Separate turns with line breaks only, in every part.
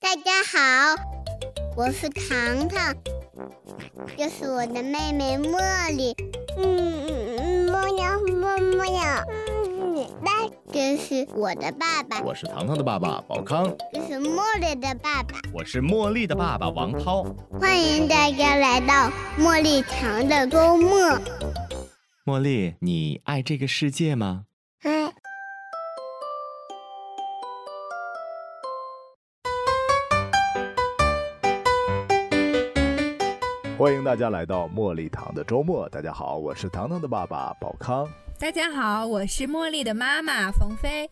大家好，我是糖糖，这是我的妹妹茉莉。嗯嗯嗯，茉莉茉茉莉，嗯，那这是我的爸爸，
我是糖糖的爸爸宝康，
这是茉莉的爸爸。
我是茉莉的爸爸王涛。
欢迎大家来到茉莉糖的周末。
茉莉，你爱这个世界吗？
哎，
欢迎大家来到茉莉糖的周末。大家好，我是糖糖的爸爸宝康。
大家好，我是茉莉的妈妈冯飞。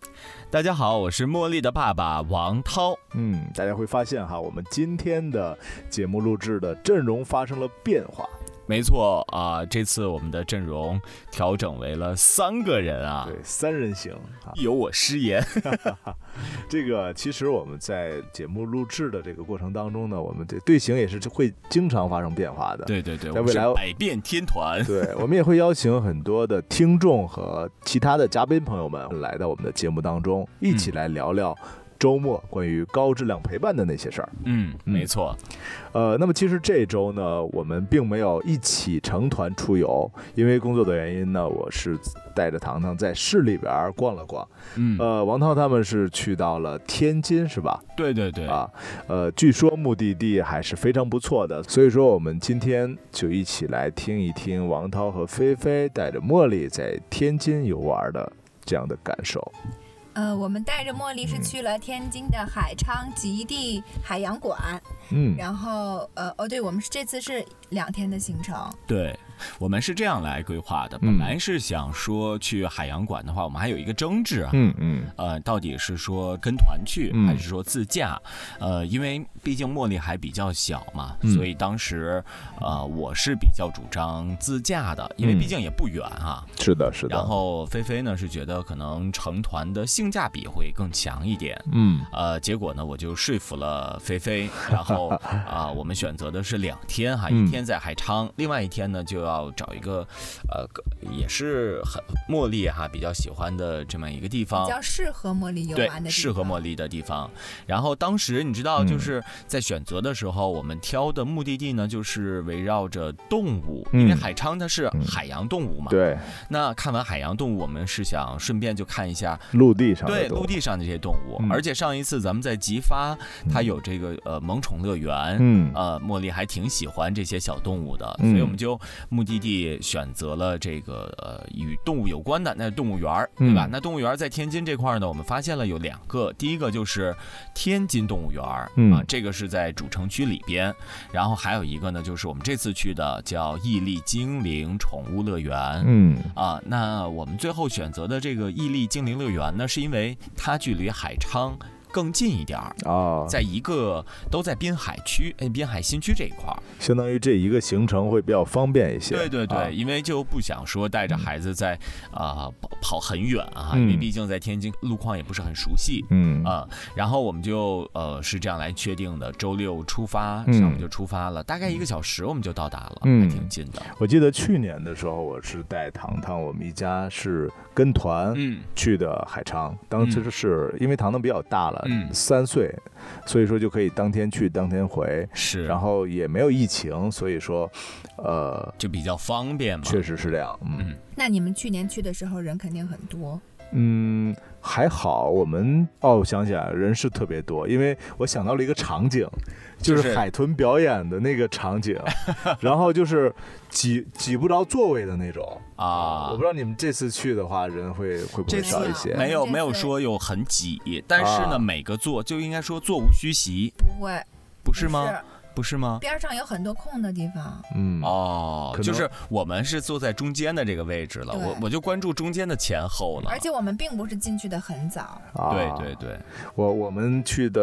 大家好，我是茉莉的爸爸王涛。
嗯，大家会发现哈，我们今天的节目录制的阵容发生了变化。
没错啊、这次我们的阵容调整为了三个人啊，
对，三人行啊。
有我失言。
这个其实我们在节目录制的这个过程当中呢，我们这队形也是会经常发生变化的。
对对对，
在
我
未
们是
来
百变天团。
对，我们也会邀请很多的听众和其他的嘉宾朋友们来到我们的节目当中，一起来聊聊周末关于高质量陪伴的那些事儿。
嗯，
嗯
没错。
呃，那么其实这周呢，我们并没有一起成团出游，因为工作的原因呢，我是带着糖糖在市里边儿逛了逛。
嗯，
呃，王涛他们是去到了天津，是吧？
对对对。
啊，呃，据说目的地还是非常不错的，所以说我们今天就一起来听一听王涛和菲菲带着茉莉在天津游玩的这样的感受。
呃，我们带着茉莉是去了天津的海昌极地海洋馆，
嗯，
然后呃，哦对，我们是这次是两天的行程，
对，我们是这样来规划的。
嗯
本来是想说去海洋馆的话，我们还有一个争执啊。
嗯嗯
呃，到底是说跟团去
嗯
还是说自驾？呃，因为毕竟茉莉还比较小嘛，
嗯
所以当时呃我是比较主张自驾的，因为
嗯
毕竟也不远啊。
是的，是的。
然，后菲菲呢是觉得可能成团的性价比会更强一点。
嗯
呃，结果呢，我就说服了菲菲，然 后啊、我们选择的是两天哈，
嗯
一天在海昌，另外一天呢就要找一个，呃，个也是很呃茉莉哈比较喜欢的这么一个地
比
方，
较适合茉莉游
对
玩的，地
适合茉
莉。
莉的地方。然后当时你知道，
嗯
就是在选择的时候，我们挑的目的地呢，就是围绕着动物，
嗯
因为海昌它是
嗯
海洋动物嘛。。
对，
那看完海洋动物，我们是想顺便就看一下
陆地上的
对
多
陆地上的这些动物
嗯。
而且上一次咱们在吉发，它有这个呃萌宠乐园。
嗯
呃，茉莉还挺喜欢这些小动物的，
嗯
所以我们就目的地选择了这个呃与动物有关的，那是动物园儿，对吧？
嗯
那动物园儿在天津这块儿呢，我们发现了有两个，第一个就是天津动物园儿，
嗯
啊，这个是在主城区里边，然后还有一个呢，就是我们这次去的叫屹立精灵宠物乐园，
嗯
啊，那我们最后选择的这个屹立精灵乐园呢，是因为它距离海昌更近一点儿，
啊，
在一个都在滨海区，哎，滨海新区这一块儿。
相当于这一个行程会比较方便一些。
对对
啊
对，因为就不想说带着孩子在啊跑跑很远啊，
嗯
因为毕竟在天津路况也不是很熟悉。
嗯
啊、然后我们就呃是这样来确定的，周六出发，
嗯
上午就出发了，大概一个小时我们就到达了，
嗯
还挺近的。
我记得去年的时候，我是带糖糖，我们一家是跟团，
嗯，
去的海昌，当时
嗯
是因为糖糖比较大了，
嗯
三岁，所以说就可以当天去当天回，
是，
然后也没有疫情，所以说，呃，
就比较方便嘛。
确实是这样，嗯
嗯，
那你们去年去的时候人肯定很多，
嗯，还好我们哦，我想起来人是特别多，因为我想到了一个场景，就
就是是
海豚表演的那个场 景，然后就是挤挤不着座位的那种
啊，
我不知道你们这次去的话，人会会不会
这
次
少一些？
没有
这次
没有说有很挤，但是
啊
呢，每个座就应该说座无虚席，
不会
不是吗？？不是吗？
边上有很多空的地方，
嗯，
哦
可，能
就是我们是坐在中间的这个位置了，
对
我我就关注中间的前后了。
而且我们并不是进去的很早，
啊
对对对，
我我们去的，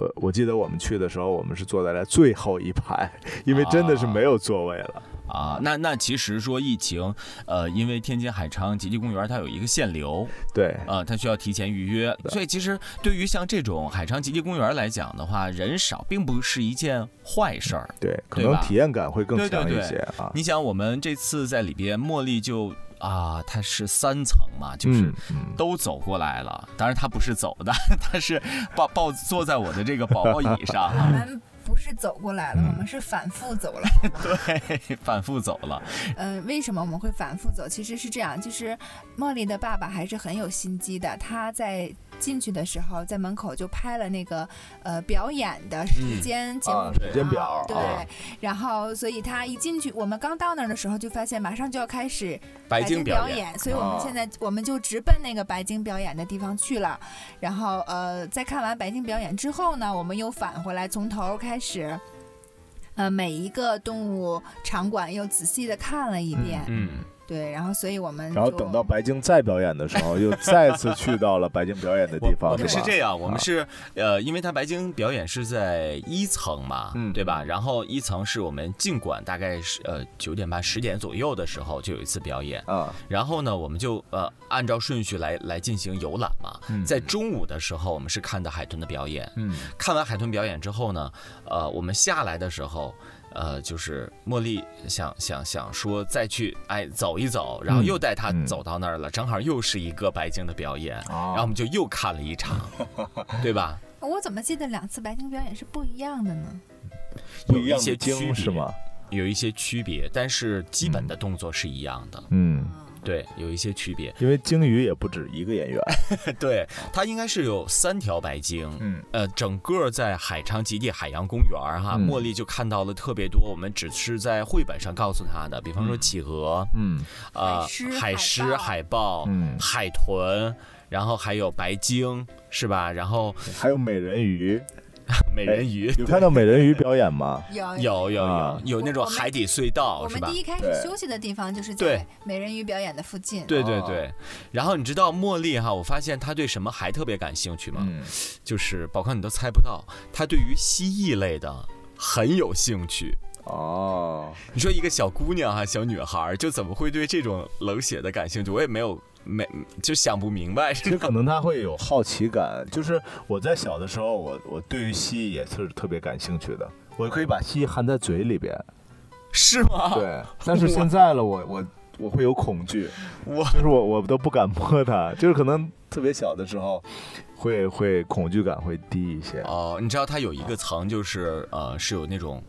呃，我记得我们去的时候，我们是坐在了最后一排，因为真的是没有座位了。
啊。那那其实说疫情，呃，因为天津海昌极地公园它有一个限流，
对，
呃，它需要提前预约，所以其实对于像这种海昌极地公园来讲的话，人少并不是一件坏事儿。
对，可
对
能
吧
体验感会更
对对
强一
对
些啊。
你想，我们这次在里边，茉莉就啊，它是三层嘛，就是
嗯嗯，
都走过来了。当然，她不是走的， 她是抱抱坐在我的这个宝宝椅上 啊，
我们不是走过来
嗯
了，我们是反复走了。
对，反复走了。
嗯，为什么我们会反复走？其实是这样，就是茉莉的爸爸还是很有心机的。他在进去的时候，在门口就拍了那个呃表演的时间节目
嗯啊时间表
对。
啊
然后，所以他一进去，我们刚到那儿的时候就发现马上就要开始
白
鲸
鲸
表
表
演，
演，哦
所以我们现在我们就直奔那个白鲸表演的地方去了。然后呃，在看完白鲸表演之后呢，我们又返回来，从头开始。呃，每一个动物场馆又仔细的看了一遍，
嗯，
对，然后所以我们
然后
就
等到白鲸再表演的时候，又再次去到了白鲸表演的地
我
方，
们
是
是
吧？
这样，我们是呃，因为它白鲸表演是在一层嘛，
嗯
对吧？然后一层是我们尽管大概是呃九点半十点左右的时候就有一次表演，
啊，
然后呢，我们就呃按照顺序来来进行游览嘛。在中午的时候，我们是看的海豚的表演。
嗯，
看完海豚表演之后呢，呃，我们下来的时候。呃，就是茉莉想想想说再去哎走一走，然后又带她
嗯
走到那儿了，正好又是一个白鲸的表演，然后我
啊，
们就又看了 一场，对吧？
我怎么记得两次白鲸表演是不一样的呢？
不
有
一
一
样的
些区
鲸
别
是吗？嗯
有一些区别，但是基本的动作是一样的，
嗯，
对，有一些区别。
因为鲸鱼也不止一个演员，
对，它应该是有三条白鲸。
嗯，
呃，整个在海昌极地海洋公园儿哈，
嗯
茉莉就看到了特别多。我们只是在绘本上告诉她的，比方说企鹅、
嗯
海
呃海
狮
狮、
海
海豹、
嗯
海豚，然后还有白鲸，是吧？然后
还有美人鱼，
美人鱼，
有看到美人鱼表演吗？
有
有有
啊
有有那种
我们
海底隧道，
我
是
们
吧？
第一开始
对
休息的地方就是在
对
美人鱼表演的附近。
对对
哦
对，然后你知道茉莉哈，我发现她对什么还特别感兴趣吗？
嗯，
就是宝康你都猜不到，她对于蜥蜴类的很有兴趣。
哦，
你说一个小姑娘哈、小女孩儿，就怎么会对这种冷血的感兴趣？我也没有没就想不明白。
其实可能他会有好奇感，就是我在小的时候，我我对于蜥蜴也是特别感兴趣的，我可以把蜥蜴含在嘴里边，
是吗？
对，但是现在了，我我我会有恐惧，
我
就是我我都不敢摸它，就是可能特别小的时候，会会恐惧感会低一些。
哦，你知道它有一个层，就是呃，是有那种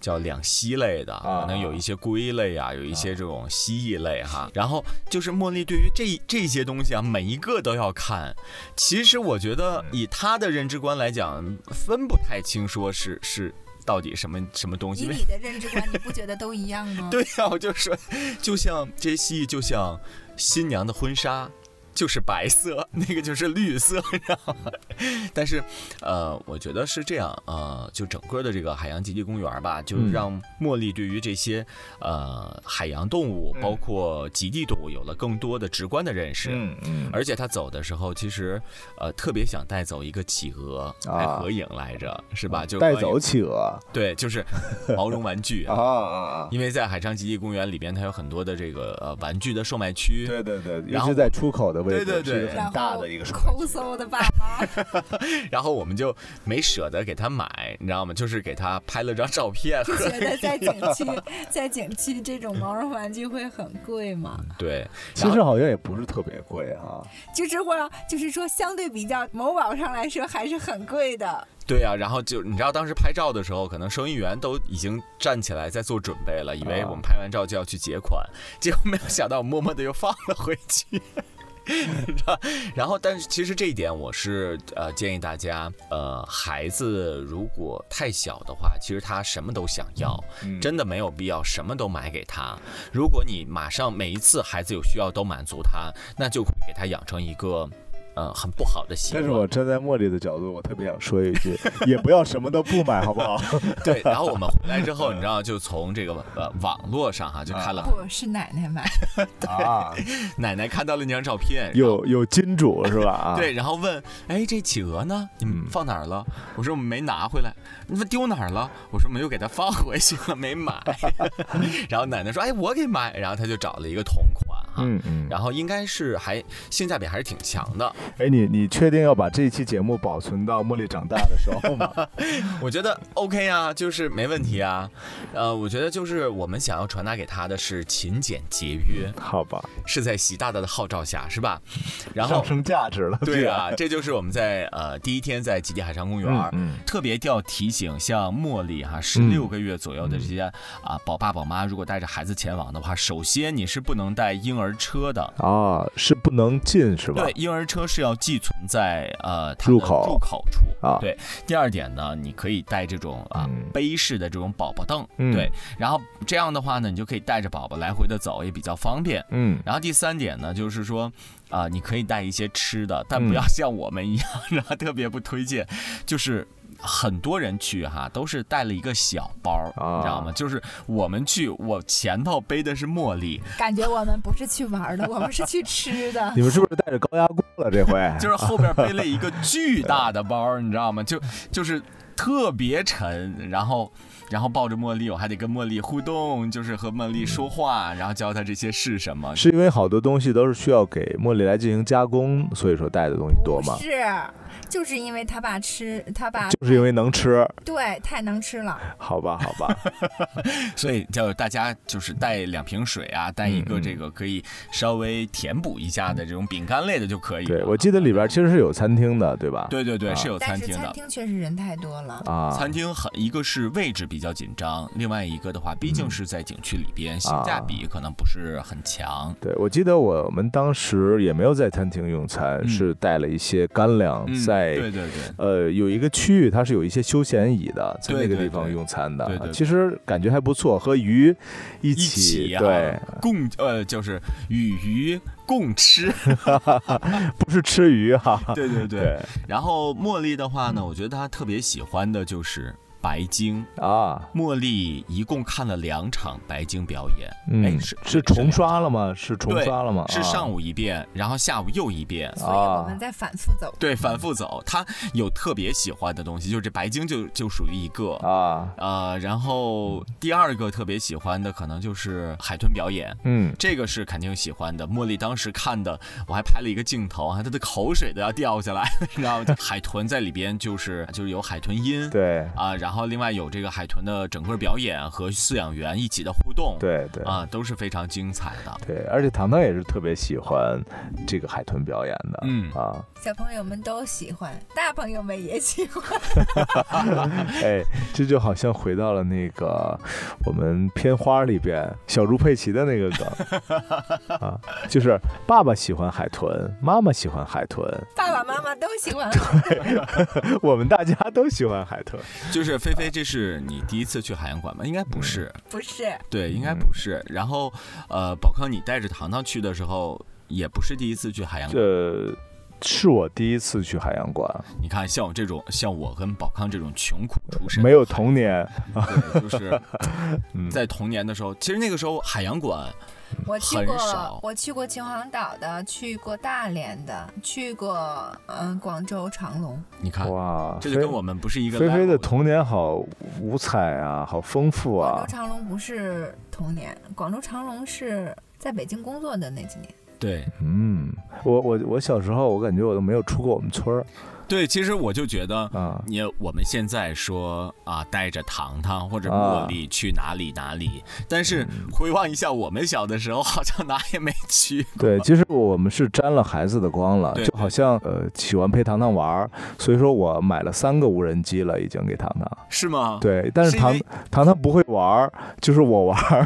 叫两栖类的，
啊
可能有一些龟类啊，有一些这种蜥蜴类哈。然后就是茉莉对于这这些东西啊，每一个都要看。其实我觉得以她的认知观来讲，分不太清说是是到底什么什么东西。
以
因为
你的认知观，你不觉得都一样吗？
对呀、我就说，就像这些蜥蜴，就像新娘的婚纱，就是白色， 那个就是绿色，你知道吗？但是，呃，我觉得是这样，呃，就整个的这个海洋极地公园吧，就
嗯
让茉莉对于这些呃海洋动物，包括极地动物，有了更多的直观的认识。
嗯嗯，
而且她走的时候，其实，呃，特别想带走一个企鹅，还
啊
合影来着，是吧？就
带
关于
走企鹅啊
对，就是 毛绒玩具啊，
啊！
因为在海昌极地公园里边，它有很多的这个呃玩具的售卖区。
对对对，尤
然
其
后
在出口的位置，
对对对
是一个
然
很大
后
的一个手
抠搜的爸妈，
然后我们就没舍得给他买，你知道吗？就是给他拍了张照片。
就 觉得在景区，在景区这种毛绒玩具会很贵吗？
对，
其实好像也不是特别贵啊哈、
就是我，就是说相对比较某宝上来说还是很贵的。
对啊，然后就你知道当时拍照的时候，可能收银员都已经站起来在做准备了，以为我们拍完照就要去结款，结果没有想到默默的又放了回去。 你知道然后，但是其实这一点我是呃建议大家，呃，孩子如果太小的话，其实他什么都想要，真的没有必要什么都买给他。如果你马上每一次孩子有需要都满足他，那就会给他养成一个。呃很不好的习
但
惯。
是我站在茉莉的角度，我特别想说一句， 也不要什么都不买，好不好？
对，然后我们回来之后，你知道，就从这个呃网络上哈、就看了
不是奶奶买，
啊，
奶奶看到了那张照片，然后
有有金主是吧？啊，嗯
对，然后问，哎，这企鹅呢？你们放哪儿了？我说我们没拿回来。你们丢哪儿了？我说没有给它放回去了，没买。 然后奶奶说，哎，我给买。然后他就找了一个同款哈，
嗯嗯。
然后应该是还性价比还是挺强的。
哎，你你确定要把这一期节目保存到茉莉长大的时候吗？
我觉得 OK 啊，就是没问题啊。呃，我觉得就是我们想要传达给他的是勤俭节约，
好吧，
是在习大大的号召下，是 吧？然后
上升价值了。
对
这
啊，
个，
这就是我们在呃第一天在极地海上公园儿。
嗯
特别要提醒，像茉莉哈，十六个月左右
嗯
的这些啊宝爸宝妈，如果带着孩子前往的话，首先你是不能带婴儿车的，
嗯，啊，是不能进是吧
对，？婴儿车是要寄存在呃它的
入口
入口处
啊
对，第二点呢，你可以带这种啊
嗯
背式的这种宝宝凳，
嗯
对，然后这样的话呢，你就可以带着宝宝来回的走，也比较方便。
嗯，
然后第三点呢，就是说。啊、你可以带一些吃的，但
嗯
不要像我们一样， 然后特别不推荐。就是很多人去哈，都是带了一个小包儿，
啊
你知道吗？就是我们去，我前头背的是茉莉，
感觉我们不是去玩的，我们是去吃 的。
你们是不是带着高压锅了这回？
就是后边背了一个巨大的包儿，你知道吗？就就是特别沉，然后然后抱着茉莉，我还得跟茉莉互动，就是和茉莉说话，然后教她这些是什么。
是因为好多东西都是需要给茉莉来进行加工，所以说带的东西多吗
不？是，就是因为他爸吃，他爸
就是因为能吃，
对太能吃了，
好吧，好 吧，
所以叫大家就是带两瓶水啊，带一
嗯
个这个可以稍微填补一下的这种饼干类的就可以了。啊
对我记得里边其实是有餐厅的，对吧？
哎对对对
啊
是有
但
餐
是
厅
餐
的。
厅确实人太多了。
啊，
餐厅很一个是位置比较紧张，另外一个的话，毕
嗯
竟是在景区里边，
啊
性价比可能不是很强。
对，我记得我们当时也没有在餐厅用餐，
嗯
是带了一些干粮
嗯，
在、
对对对，
呃有一个区域，它是有一些休闲椅的，在
对
那个
对
地方
对
用餐的，
对对对
其实感觉还不错，和鱼一
一起啊
对，
共呃就是与鱼共吃，
不是吃鱼啊哈，
对对对。
啊对嗯
然后茉莉的话呢，我觉得她特别喜欢的就是白鲸。
啊，
茉莉一共看了两场白鲸表演，哎
嗯，
是
是重刷了吗？是重
对
刷了吗？
是
啊
上午一遍，然后下午又一遍。
所以我们在反复走，
对，反复走，她有特别喜欢的东西，就是这白鲸就就属于一个，
啊，
呃，然后第二个特别喜欢的可能就是海豚表演，
嗯，
这个是肯定喜欢的。茉莉当时看的，我还拍了一个镜头，啊，她的口水都要掉下来了，你知道吗？海豚在里边就是就是有海豚音，
对
啊，然后另外有这个海豚的整个表演和饲养员一起的互动，
对对。
啊，都是非常精彩的。
对，而且糖糖也是特别喜欢这个海豚表演的，
嗯
啊，
小朋友们都喜欢，大朋友们也喜欢。
哎，这就好像回到了那个我们片花里边小猪佩奇的那个梗 啊，就是爸爸喜欢海豚，妈妈喜欢海 豚，
爸爸妈妈都喜欢，
我们大家都喜欢海豚。
就是菲菲，这是你第一次去海洋馆吗？应该不是，
不是
对，应该不是。
嗯
然后，呃，宝康，你带着糖糖去的时候，也不是第一次去海洋馆。
这是我第一次去海洋馆，
你看，像我这种，像我跟宝康这种穷苦出身，
没有童年。
对，就是
嗯
在童年的时候，其实那个时候海洋馆，
我去
很
过
少，
我去过秦皇岛的，去过大连的，去过嗯、广州长隆。
你看，
哇，
这就
菲
跟我们不是一个
菲菲
level
的童年好五彩啊，好丰富
广
啊
州。长隆不是童年，广州长隆是在北京工作的那几年。
对
嗯，我我我小时候，我感觉我都没有出过我们村儿
对，其实我就觉得。
啊。
你我们现在说啊，带着糖糖或者茉莉
啊
去哪里哪里，但是
嗯
回望一下我们小的时候，好像哪也没去过。
对，其实我们是沾了孩子的光了，
对
就好像呃喜欢陪糖糖玩儿，所以说我买了三个无人机了，已经给糖糖。
是吗？，
对，但是
啊是因
糖
为
糖糖不会玩儿，就是我玩儿。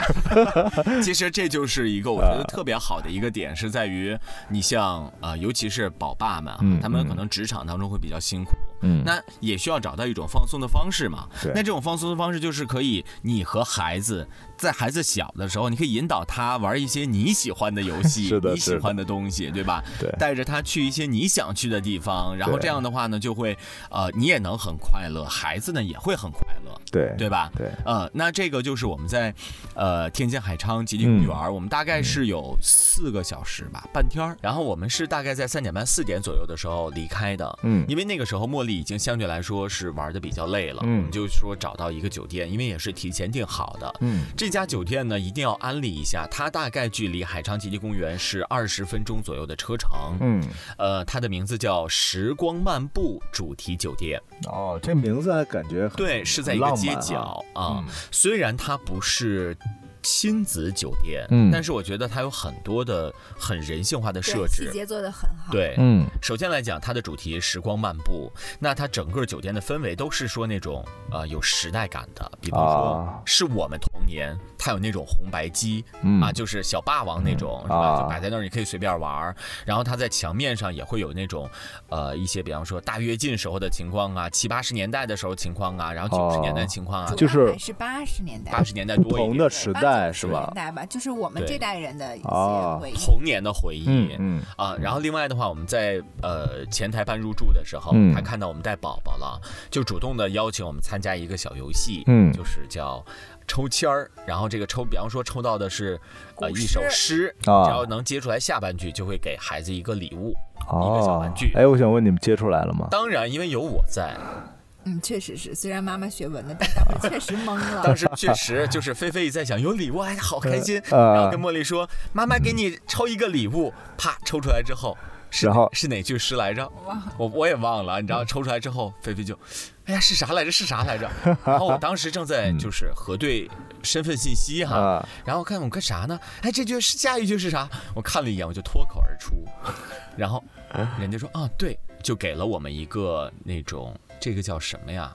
其实这就是一个我觉得特呃别好的一个点，是在于你像啊、呃尤其是宝爸们啊，
嗯
他们可能职场当中会比较辛苦。
嗯，
那也需要找到一种放松的方式嘛。
对
那这种放松的方式就是可以，你和孩子在孩子小的时候，你可以引导他玩一些你喜欢的游戏，
是的
你
是
喜
的
欢的东西，对吧？
对
带着他去一些你想去的地方，然后
对
这样的话呢，就会呃，你也能很快乐，孩子呢也会很快乐，
对
对吧？
对
呃，那这个就是我们在呃天津海昌
嗯
吉林公园儿，我们大概是有四个小时吧，半天儿。然后我们是大概在三点半、四点左右的时候离开的，
嗯
因为那个时候茉莉已经相对来说是玩的比较累了，
嗯
我们就说找到一个酒店，因为也是提前订好的。
嗯
这家酒店呢，一定要安利一下，它大概距离海昌极地公园是二十分钟左右的车程。
嗯，
呃，它的名字叫时光漫步主题酒店。
哦，这名字还感觉很
对，是在一个街角啊。虽然它不是亲子酒店，
嗯
但是我觉得它有很多的很人性化的设
对，
置
细。节做的很好。，
对，
嗯
首先来讲，它的主题“时光漫步”，那它整个酒店的氛围都是说那种呃有时代感的，比方说
啊
是我们童年，它有那种红白机、
嗯
啊，就是小霸王那种、
嗯
是吧？
啊
就摆在那儿，你可以随便玩儿。然后它在墙面上也会有那种呃一些，比方说大跃进时候的情况啊，七八十年代的时候情况啊，然后九十
哦
年代的情况啊，
就是
是八十年代，
八十年代
不
多一
同
点
的时代
80
是吧
年？代吧，就是我们
对啊
这代人的一些
哦
回忆。
童年的回忆。
嗯嗯
啊，然后另外的话，我们在呃前台办入住的时候，
嗯
他看到我们带宝宝了，就主动的邀请我们参加一个小游戏，
嗯
就是叫抽签儿。然后这个抽，比方说抽到的是呃
古
一首
诗
诗，只
啊
要能接出来下半句，就会给孩子一个礼物。一个小玩
哦
具，
哎，我想问你们接出来了吗？
当然，因为有我在，
嗯，确实是，虽然妈妈学文的，但当时确实懵了。
当时确实就是菲菲在想有礼物，哎，好开心。
呃
然后跟茉莉说：“妈妈给你抽一个礼物。”啪，抽出来之后，是
然后嗯
是哪句诗来着？我我也忘了。你知道，抽出来之后，菲菲就，哎呀，是啥来着？是啥 来着？然后我当时正在就是核对身份信息哈，
嗯啊，
然后看我干啥呢？哎，这句是下一句是啥？我看了一眼，我就脱口而出，然后人家说啊，对，就给了我们一个那种这个叫什么呀？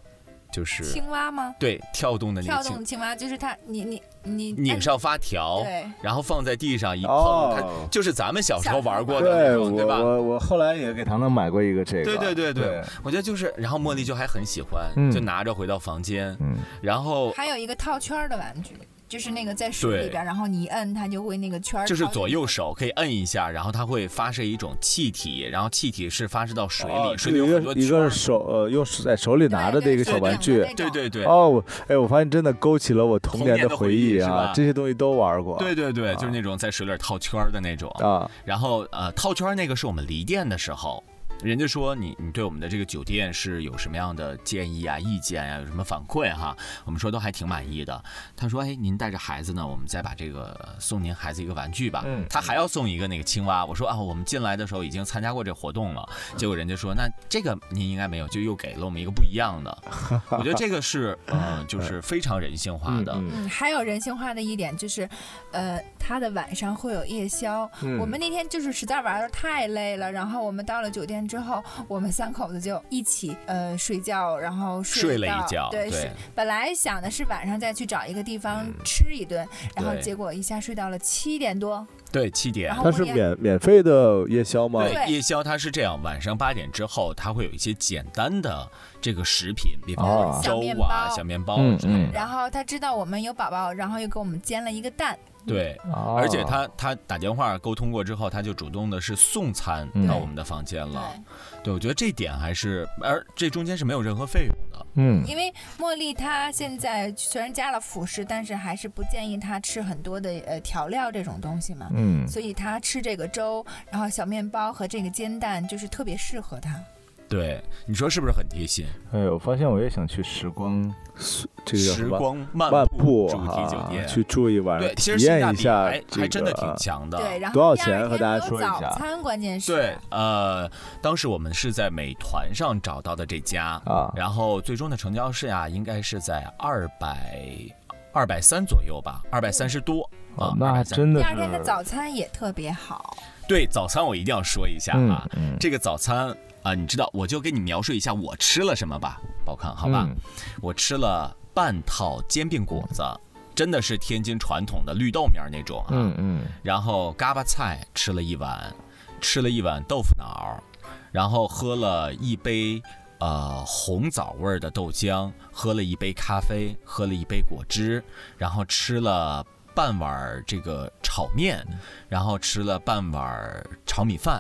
就是
青蛙吗？
对跳动的那
跳
个
动
青，
青蛙就是它，你你你
拧上发条。
对，
然后放在地上一碰，
哦
它就是咱们小时候玩过的那
对
种，
我
对吧？
我我后来也给糖糖买过一个这个，
对对对对，
对，
我觉得就是，然后茉莉就还很喜欢，
嗯
就拿着回到房间，
嗯
然后
还有一个套圈儿的玩具，就是那个在水
对
里边儿，然后你一摁它就会那个圈儿
就是
套
左
进
右
去
手可以摁一下，然后它会发射一种气体，然后气体是发射到水
哦
里，水里
就
有
一
很多
个一个
圈
是手呃用手在手里拿着的一个小玩具。
对对对。
哦，我哎，我发现真的勾起了我童
童
年
年的回
回
忆
忆
是吧
啊！这些东西都玩过。
对对对，就是那种在水里套圈儿的那种，
啊，
然后呃，套圈儿那个是我们离店的时候，人家说你你对我们的这个酒店是有什么样的建议啊、意见啊，有什么反馈哈、我们说都还挺满意的。他说，哎，您带着孩子呢，我们再把这个呃送您孩子一个玩具吧。
嗯
他还要送一个那个青蛙。我说啊，我们进来的时候已经参加过这活动了，结果人家说那这个您应该没有，就又给了我们一个不一 样的。我觉得这个是呃，就是非常人性化的。
嗯
嗯，还有人性化的一点就是，呃，它的晚上会有夜宵。嗯
嗯
我们那天就是实在玩的太累了，然后我们到了酒店之后，我们三口子就一起呃睡觉，然后
睡了
到
一觉
对，
对嗯
是本来想的是晚上再去找一个地方吃一顿，然后
对嗯
结果一下睡到了七点多，
对，七点
然。后
它是免免费的夜宵吗？
对，
对
夜宵它是这样，晚上八点之后，它会有一些简单的这个食品，比
哦
方说
小面
粥
包
啊、小面包
嗯
之类
嗯
的。
然后他知道我们有宝宝，然后又给我们煎了一个蛋，
对，
啊
而且他他打电话沟通过之后，他就主动的是送餐
嗯
到我们的房间
对，
了。对，我觉得这点还是，而这中间是没有任何费用的。
嗯
因为茉莉她现在虽然加了辅食，但是还是不建议她吃很多的呃调料这种东西嘛，
嗯
所以她吃这个粥，然后小面包和这个煎蛋就是特别适合她。
对，你说是不是很贴心？
哎，我发现我也想去时光，这个叫什
时
么
光漫
漫
步
步
主题酒
啊
店，
去住一晚上，
对，其实
体
性价
验一
比
下
还
这
还真的
个啊
挺强的。
对，然后
多少
第二
钱和
天
大家
有
说一下
早餐关键是
对，呃，当时我们是在美团上找到的这家，
啊
然后最终的成交是啊，应该是在二百二百三左右吧，二百三十多啊
哦，那
230
真的
第
是
二天的早餐也特别好，
对早餐我一定要说一下啊，
嗯
这个早餐啊，你知道，我就给你描述一下我吃了什么吧，宝康，好
嗯
嗯
吧，我吃了半套煎饼果子。真的是天津传统的绿豆面儿那种啊，
嗯嗯
然后嘎巴菜吃了一碗，吃了一碗豆腐脑儿，然后喝了一杯呃红枣味儿的豆浆，喝了一杯咖啡，喝了一杯果汁，然后吃了半碗儿这个炒面，然后吃了半碗儿炒米饭，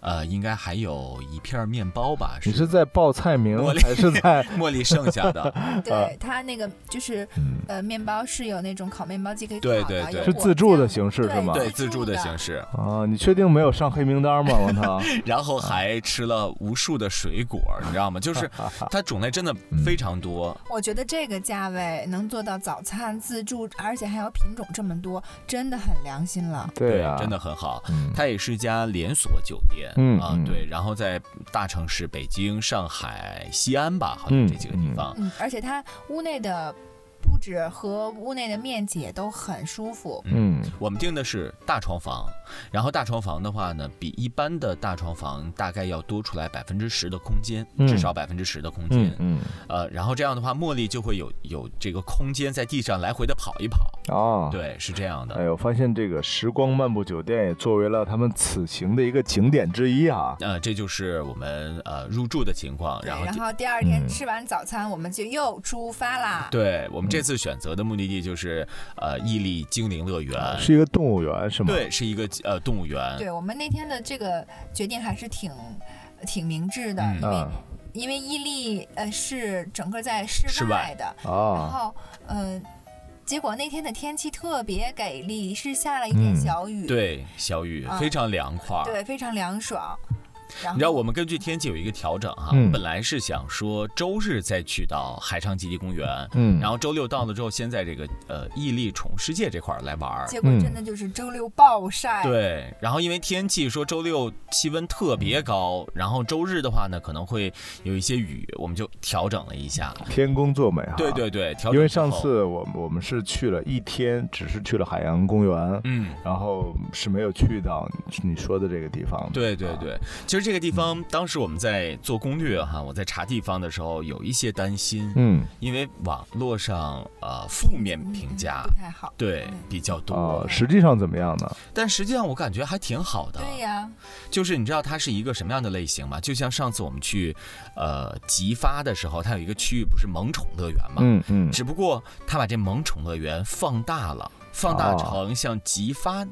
呃，应该还有一片儿面包吧？
你是在报菜名
茉莉
还是在？
茉莉剩下的，
对，它那个就是
啊嗯
呃，面包是有那种烤面包机可以烤
对
的，
对对
有
是
果
自助的
酱
形式是吗
对，自助的形。式。
啊，你确定没有上黑名单吗？王 涛，
然后还吃了无数的水果，你知道吗？就是它种类真的非常多。
我觉得这个价位能做到早餐自助，而且还有品种这么多，真的很良心了。
对呀、
真的很好。
嗯，
它也是一家连锁酒店，
嗯
啊、
嗯
对，然后在大城市北京、上海、西安吧，好像这几个地方。
嗯，而且它屋内的布置和屋内的面积也都很舒服。
嗯
我们订的是大床房，然后大床房的话呢，比一般的大床房大概要多出来百分之十的空间，
嗯
至少百分之十的空间。
嗯嗯，
呃，然后这样的话，茉莉就会有有这个空间在地上来回的跑一跑。
哦，。
对，是这样的。
哎，我发现这个时光漫步酒店也作为了他们此行的一个景点之一啊。
呃，这就是我们呃入住的情况，
对
然后
然
这
后第二天
嗯
吃完早餐，我们就又出发啦。
对我们
嗯
这次选择的目的地就是呃伊利精灵乐园，
是一个动物园是吗？，
对，是一个呃动物园，
对我们那天的这个决定还是挺挺明智的，
嗯
因为、
啊
因为伊利呃是整个在室
室外
的，然
啊，
后嗯、结果那天的天气特别给力，是下了一点
嗯
小雨，
对小雨
啊
非常凉快。
对非常凉爽。然后
你知道我们根据天气有一个调整哈，
嗯
本来是想说周日再去到海上极地公园，
嗯，
然后周六到了之后，先在这个呃屹立宠物世界这块儿来玩儿。
结果
嗯
真的就是周六暴晒，
对，然后因为天气说周六气温特别高，然后周日的话呢可能会有一些雨，我们就调整了一下。
天公作美哈。
对。对对，调整
啊因为
之后
上次我我们是去了一天，只是去了海洋公园，
嗯。
然后是没有去到你说的这个地方。，
对对对，其实这个地方当时我们在做攻略哈，我在查地方的时候有一些担心，
嗯，
因为网络上呃负面
嗯
评价
不太好。
对比较
哦
多，，
实际上怎么样呢？
但实际上我感觉还挺好的。
对呀、
就是你知道它是一个什么样的类型吗？就像上次我们去呃吉发的时候，它有一个区域不是萌宠乐园吗？
嗯嗯，
只不过他把这萌宠乐园放大了，放大
哦
成像吉发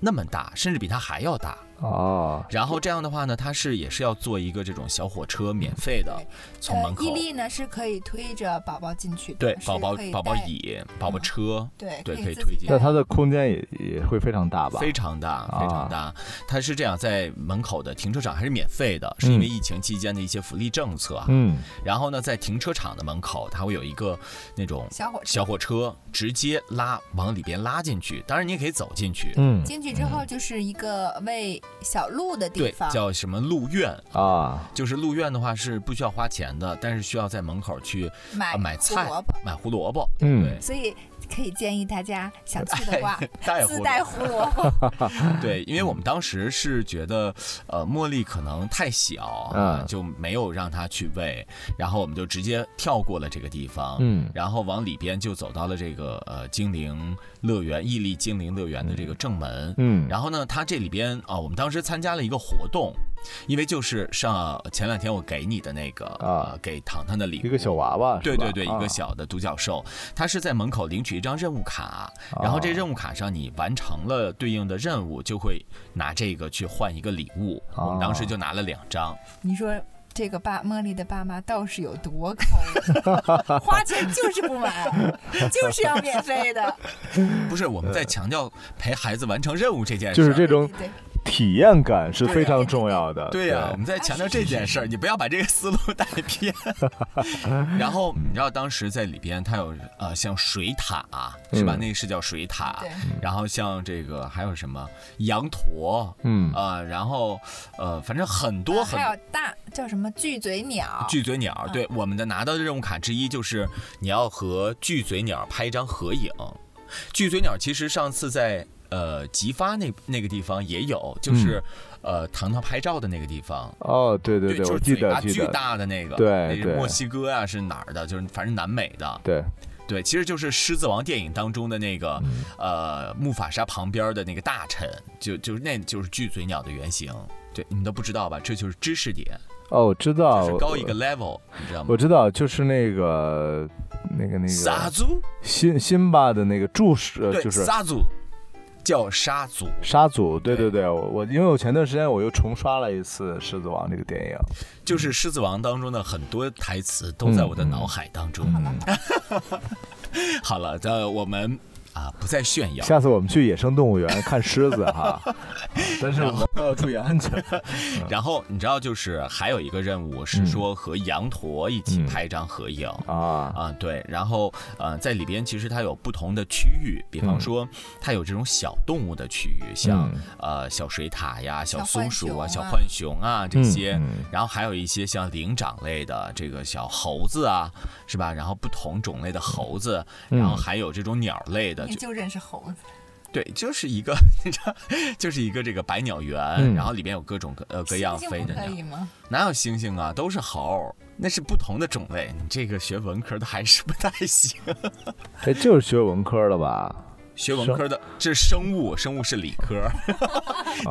那么大，甚至比它还要大。
哦，
然后这样的话呢，它是也是要坐一个这种小火车，免费的
对，
从门
呃，伊
口
利呢是可以推着宝宝进去的，
对
是
宝宝
可以
宝宝
带，嗯
椅、宝宝
嗯
车，
对
对可以
自
推
己
进
带
那它的空间也也会非常大吧？
非常大
啊
非常大。它是这样，在门口的停车场还是免费的，是因为疫情期间的一些福利政策啊。
嗯，
然后呢，在停车场的门口，它会有一个那种
小火车
小火车，直接拉往里边拉进去。当然，你也可以走进去。
嗯
进去之后就是一个喂小鹿的地
对
方，，
叫什么鹿苑？
啊，
就是鹿苑的话是不需要花钱的，但是需要在门口去
买
啊买
胡
菜
萝卜，
买胡萝卜。
嗯
对，
所以可以建议大家想去的话，
带胡
自
萝
带
卜。
胡萝 卜。
对，因为我们当时是觉得，呃，茉莉可能太小啊，
嗯
就没有让她去喂，然后我们就直接跳过了这个地方。
嗯
然后往里边就走到了这个呃精灵乐园，屹立精灵乐园的这个正门。
嗯，
然后呢，它这里边啊、我们当时参加了一个活动，因为就是上前两天我给你的那个
啊
呃，给糖糖的礼物，
一个小娃娃是
对
吧，
对对，一
啊
个小的独角兽，它是在门口领取一张任务
啊
卡，然后这任务卡上你完成了对应的任务，就会拿这个去换一个礼物。
啊
我们当时就拿了两张，
你说这个爸茉莉的爸妈到底是有多 抠，花钱就是不买，啊就是要免费的，
不是我们在强调陪孩子完成任务这件事
就是
儿。
这种
对对对。
体验感是非常重要的。
对呀、我们在强调这件
哎
事儿，你不要把这个思路带 偏。然后你知道当时在里边，它有呃像水塔啊是吧？
嗯
那个是叫水塔
对，
然后像这个还有什么羊驼，
嗯
啊，然后呃，反正很多
啊
很
还有嗯大叫什么巨嘴鸟，
巨嘴鸟，对我们的拿到的任务卡之一就是你要和巨嘴鸟拍一张合影。巨嘴鸟其实上次在呃吉发那那个地方也有，就是、呃糖糖拍照的那个地方。
哦，嗯对对对，
就
我
是
记
嘴
得
巴
记
巨
得，
大的那个，
对
那是
对
墨西哥啊，是哪儿的？就是反正南美的，
对，
对，其实就是《狮子王》电影当中的那个，
嗯
呃，木法沙旁边的那个大臣，就就是那就是巨嘴鸟的原型，对，你们都不知道吧？这就是知识点，
哦，我知道，
就是高一个
我
level，你知道吗
我？知道，就是那个那个那
杀
个
族，
辛辛巴的那个注释，呃
对，
就是
杀族叫杀族。
沙祖，对
对
对对，我我因为我前段时间我又重刷了一次《狮子王》这个电影，
就是《狮子王》当中的很多台词都在我
嗯
的脑海当中。 好了，这我们啊不再炫耀。
下次我们去野生动物园看狮子 哈，啊但是我们要注意安全。
然后你知道，就是还有一个任务
嗯
是说和羊驼一起拍一张合影。
啊，
啊、对，然后呃，在里边其实它有不同的区域，比方说它有这种小动物的区域，像、
嗯
呃小水獭呀、小
小
松
浣
鼠
熊
小
啊
浣熊啊这
嗯
些，
嗯
然后还有一些像灵长类的这个小猴子啊，是吧？然后不同种类的猴子，然后
嗯
还有这种鸟类的，
你
就
就认识猴子，
对，就是一个 你知道，就是一个这个百鸟园，
嗯
然后里边有各种各呃各样
猩猩
飞
不
的
可
鸟，
以吗？
哪有猩猩啊？都是猴。那是不同的种类，你这个学文科的还是不太 行。
这哎就是学文科的吧？
学文科的，这是生物，生物是理 科。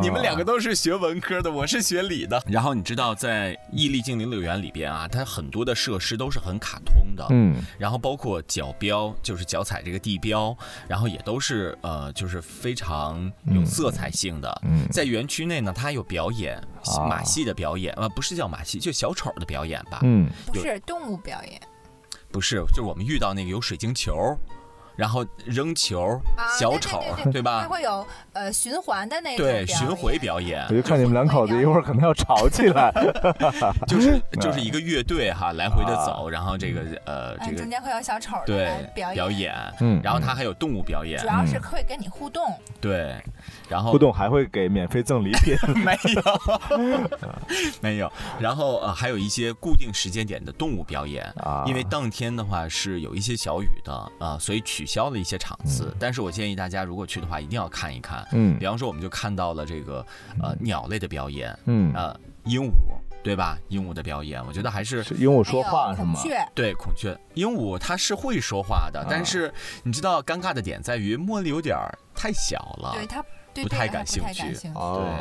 你们两个都是学文科的，我是学理的。然后你知道，在伊利精灵乐园里边啊，它很多的设施都是很卡通的，
嗯
然后包括脚标，就是脚踩这个地标，然后也都是呃，就是非常有色彩性的。
嗯
在园区内呢，它有表演，
啊
马戏的表演，呃，不是叫马戏，就小丑的表演吧？
嗯
不是动物表演，
不是，就是我们遇到那个有水晶球，然后扔球
啊，
小
对对
丑
对，
对
它
吧？
会有呃循环的那种
对，
表
巡回
演
表演
我，就看你们两口 子一会儿可能要吵起来。哎
就是就是一个乐队哈，来回的
啊
走，然后这个呃这
嗯，
个
中间会有小丑的来
对
表
表
演，
演，
嗯
然后它还有动物表演
主，要是会跟你互动，
对，然后
互动还会给免费赠礼品。
没有，没有。然后呃，还有一些固定时间点的动物表演，
啊
因为当天的话是有一些小雨的啊、所以取消了一些场次。但是我建议大家如果去的话，一定要看一看。
嗯
比方说，我们就看到了这个呃鸟类的表演，
嗯，
呃鹦鹉对吧？鹦鹉的表演，我觉得还是
是鹦鹉
还
说
有
话是
孔
吗？
雀
对，孔雀、鹦鹉它是会说话的，但是你知道尴尬的点在于茉莉有点儿太小了，
对它对
不
对
太
它
感
不
兴
太
趣
感兴趣，
对
哦，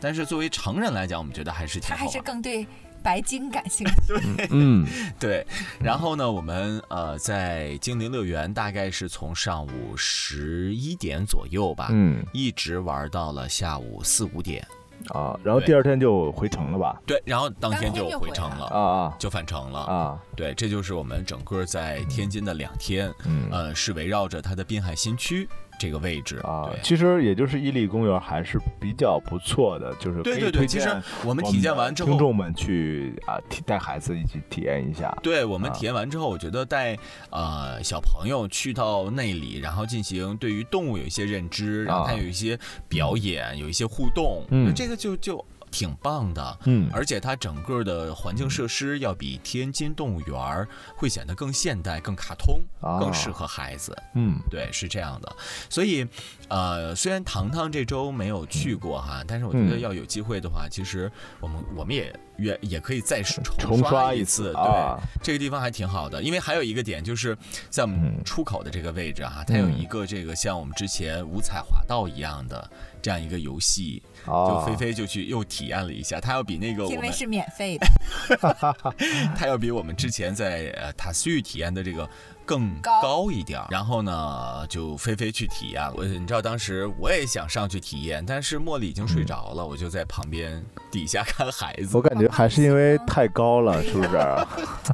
但是作为成人来讲，我们觉得还是挺
它
好
还
玩
是
的。
更对白鲸感兴趣。
嗯
对，然后呢，我们呃在精灵乐园大概是从上午十一点左右吧，
嗯
一直玩到了下午四五点。
啊，然后第二天就回城了吧？
对，然后
当
当天
天
就
就
回
回
城
来
了，
啊啊
就返程了。
啊，
对，这就是我们整个在天津的两天，
嗯
呃，是围绕着它的滨海新区这个位置
啊，
对。
其实也就是伊利公园还是比较不错的，就是可
对
以
对
推
对，其实
荐
我们
我
体
们
验
的
完之
听
后，
众们去啊体带孩子一起体验一下。
对我们
啊
体验完之后，我觉得带呃小朋友去到那里，然后进行对于动物有一些认知，然后
啊
它有一些表演，有一些互动，
嗯
这个就就挺棒的。
嗯
而且它整个的环境设施要比天津动物园儿会显得更现代、更卡通、
啊
更适合孩子。
嗯
对，是这样的。所以，呃，虽然糖糖这周没有去过哈，但是我觉得
嗯
要有机会的话，其实我们我们也也也可以再重
嗯重刷
一
一
次。
次
对，
啊
这个地方还挺好的，因为还有一个点就是在我
嗯
们出口的这个位置哈，它有一个这个像我们之前五彩滑道一样的这样一个游戏，就
啊
菲，菲就去又体验了一下，它要比那 个我
因
们
为是免费 的，
它要比我们之前在呃塔斯玉体验的这个更
高
高一点儿。然后呢，就菲菲去体验了。我你知道当时我也想上去体验，但是茉莉已经睡着了，我就在旁边底下看孩子
嗯我。感觉还是因为太高了，是不 是？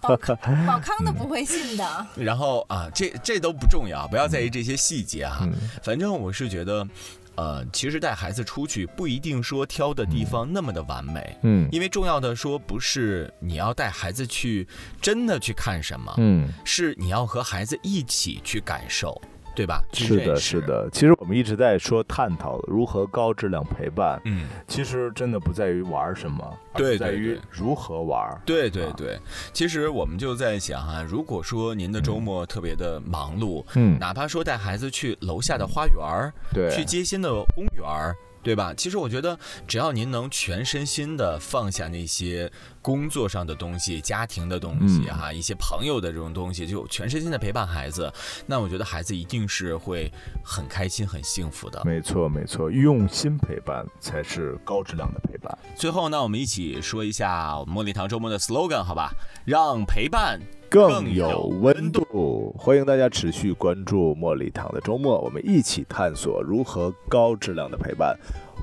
宝康宝康
嗯
都不会信的。
然后啊，这这都不重要，不要在
嗯
意这些细节啊。反正我是觉得。呃，其实带孩子出去不一定说挑的地方那么的完美，
嗯
因为重要的说不是你要带孩子去真的去看什么，
嗯。
是你要和孩子一起去感受，对吧？
是
这
的，是
是，
的。其实我们一直在说探讨如何高质量陪伴，
嗯，
其实真的不在于玩什么，而
对
是在
对
于
对
如何玩。
对对对。其实我们就在想啊，如果说您的周末特别的忙碌，
嗯
哪怕说带孩子去楼下的花园儿、
对
去街心的公园儿，对吧？其实我觉得，只要您能全身心的放下那些工作上的东西、家庭的东西
嗯
哈、一些朋友的这种东西，就全身心的陪伴孩子，那我觉得孩子一定是会很开心、很幸福的。
没错没错，用心陪伴才是高质量的陪伴。
最后呢，我们一起说一下我们茉莉堂周末的 slogan 好吧？让陪伴
更有温度。欢迎大家持续关注茉莉堂的周末，我们一起探索如何高质量的陪伴。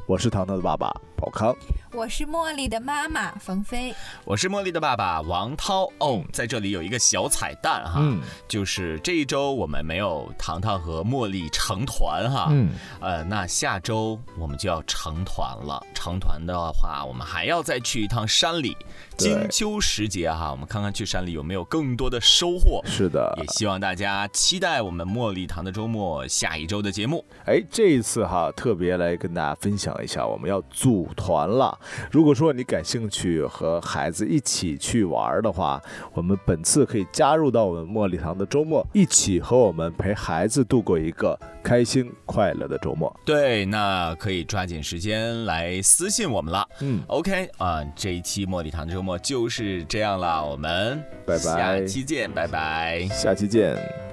我是糖糖的爸爸宝康，
我是茉莉的妈妈冯飞，
我是茉莉的爸爸王涛哦，在这里有一个小彩蛋哈，
嗯
就是这一周我们没有糖糖和茉莉成团哈，
嗯，
呃，那下周我们就要成团了。成团的话，我们还要再去一趟山里。
对
金秋时节哈，我们看看去山里有没有更多的收获。
是的
也，希望大家期待我们茉莉堂的周末下一周的节目。
哎，这一次哈，特别来跟大家分享一下，我们要组团了。如果说你感兴趣和孩子一起去玩儿的话，我们本次可以加入到我们茉莉堂的周末，一起和我们陪孩子度过一个开心快乐的周末。
对，那可以抓紧时间来私信我们了。
嗯，
OK 啊、这一期茉莉堂的周末就是这样了，我们
拜拜
下期见，拜拜。
下期见。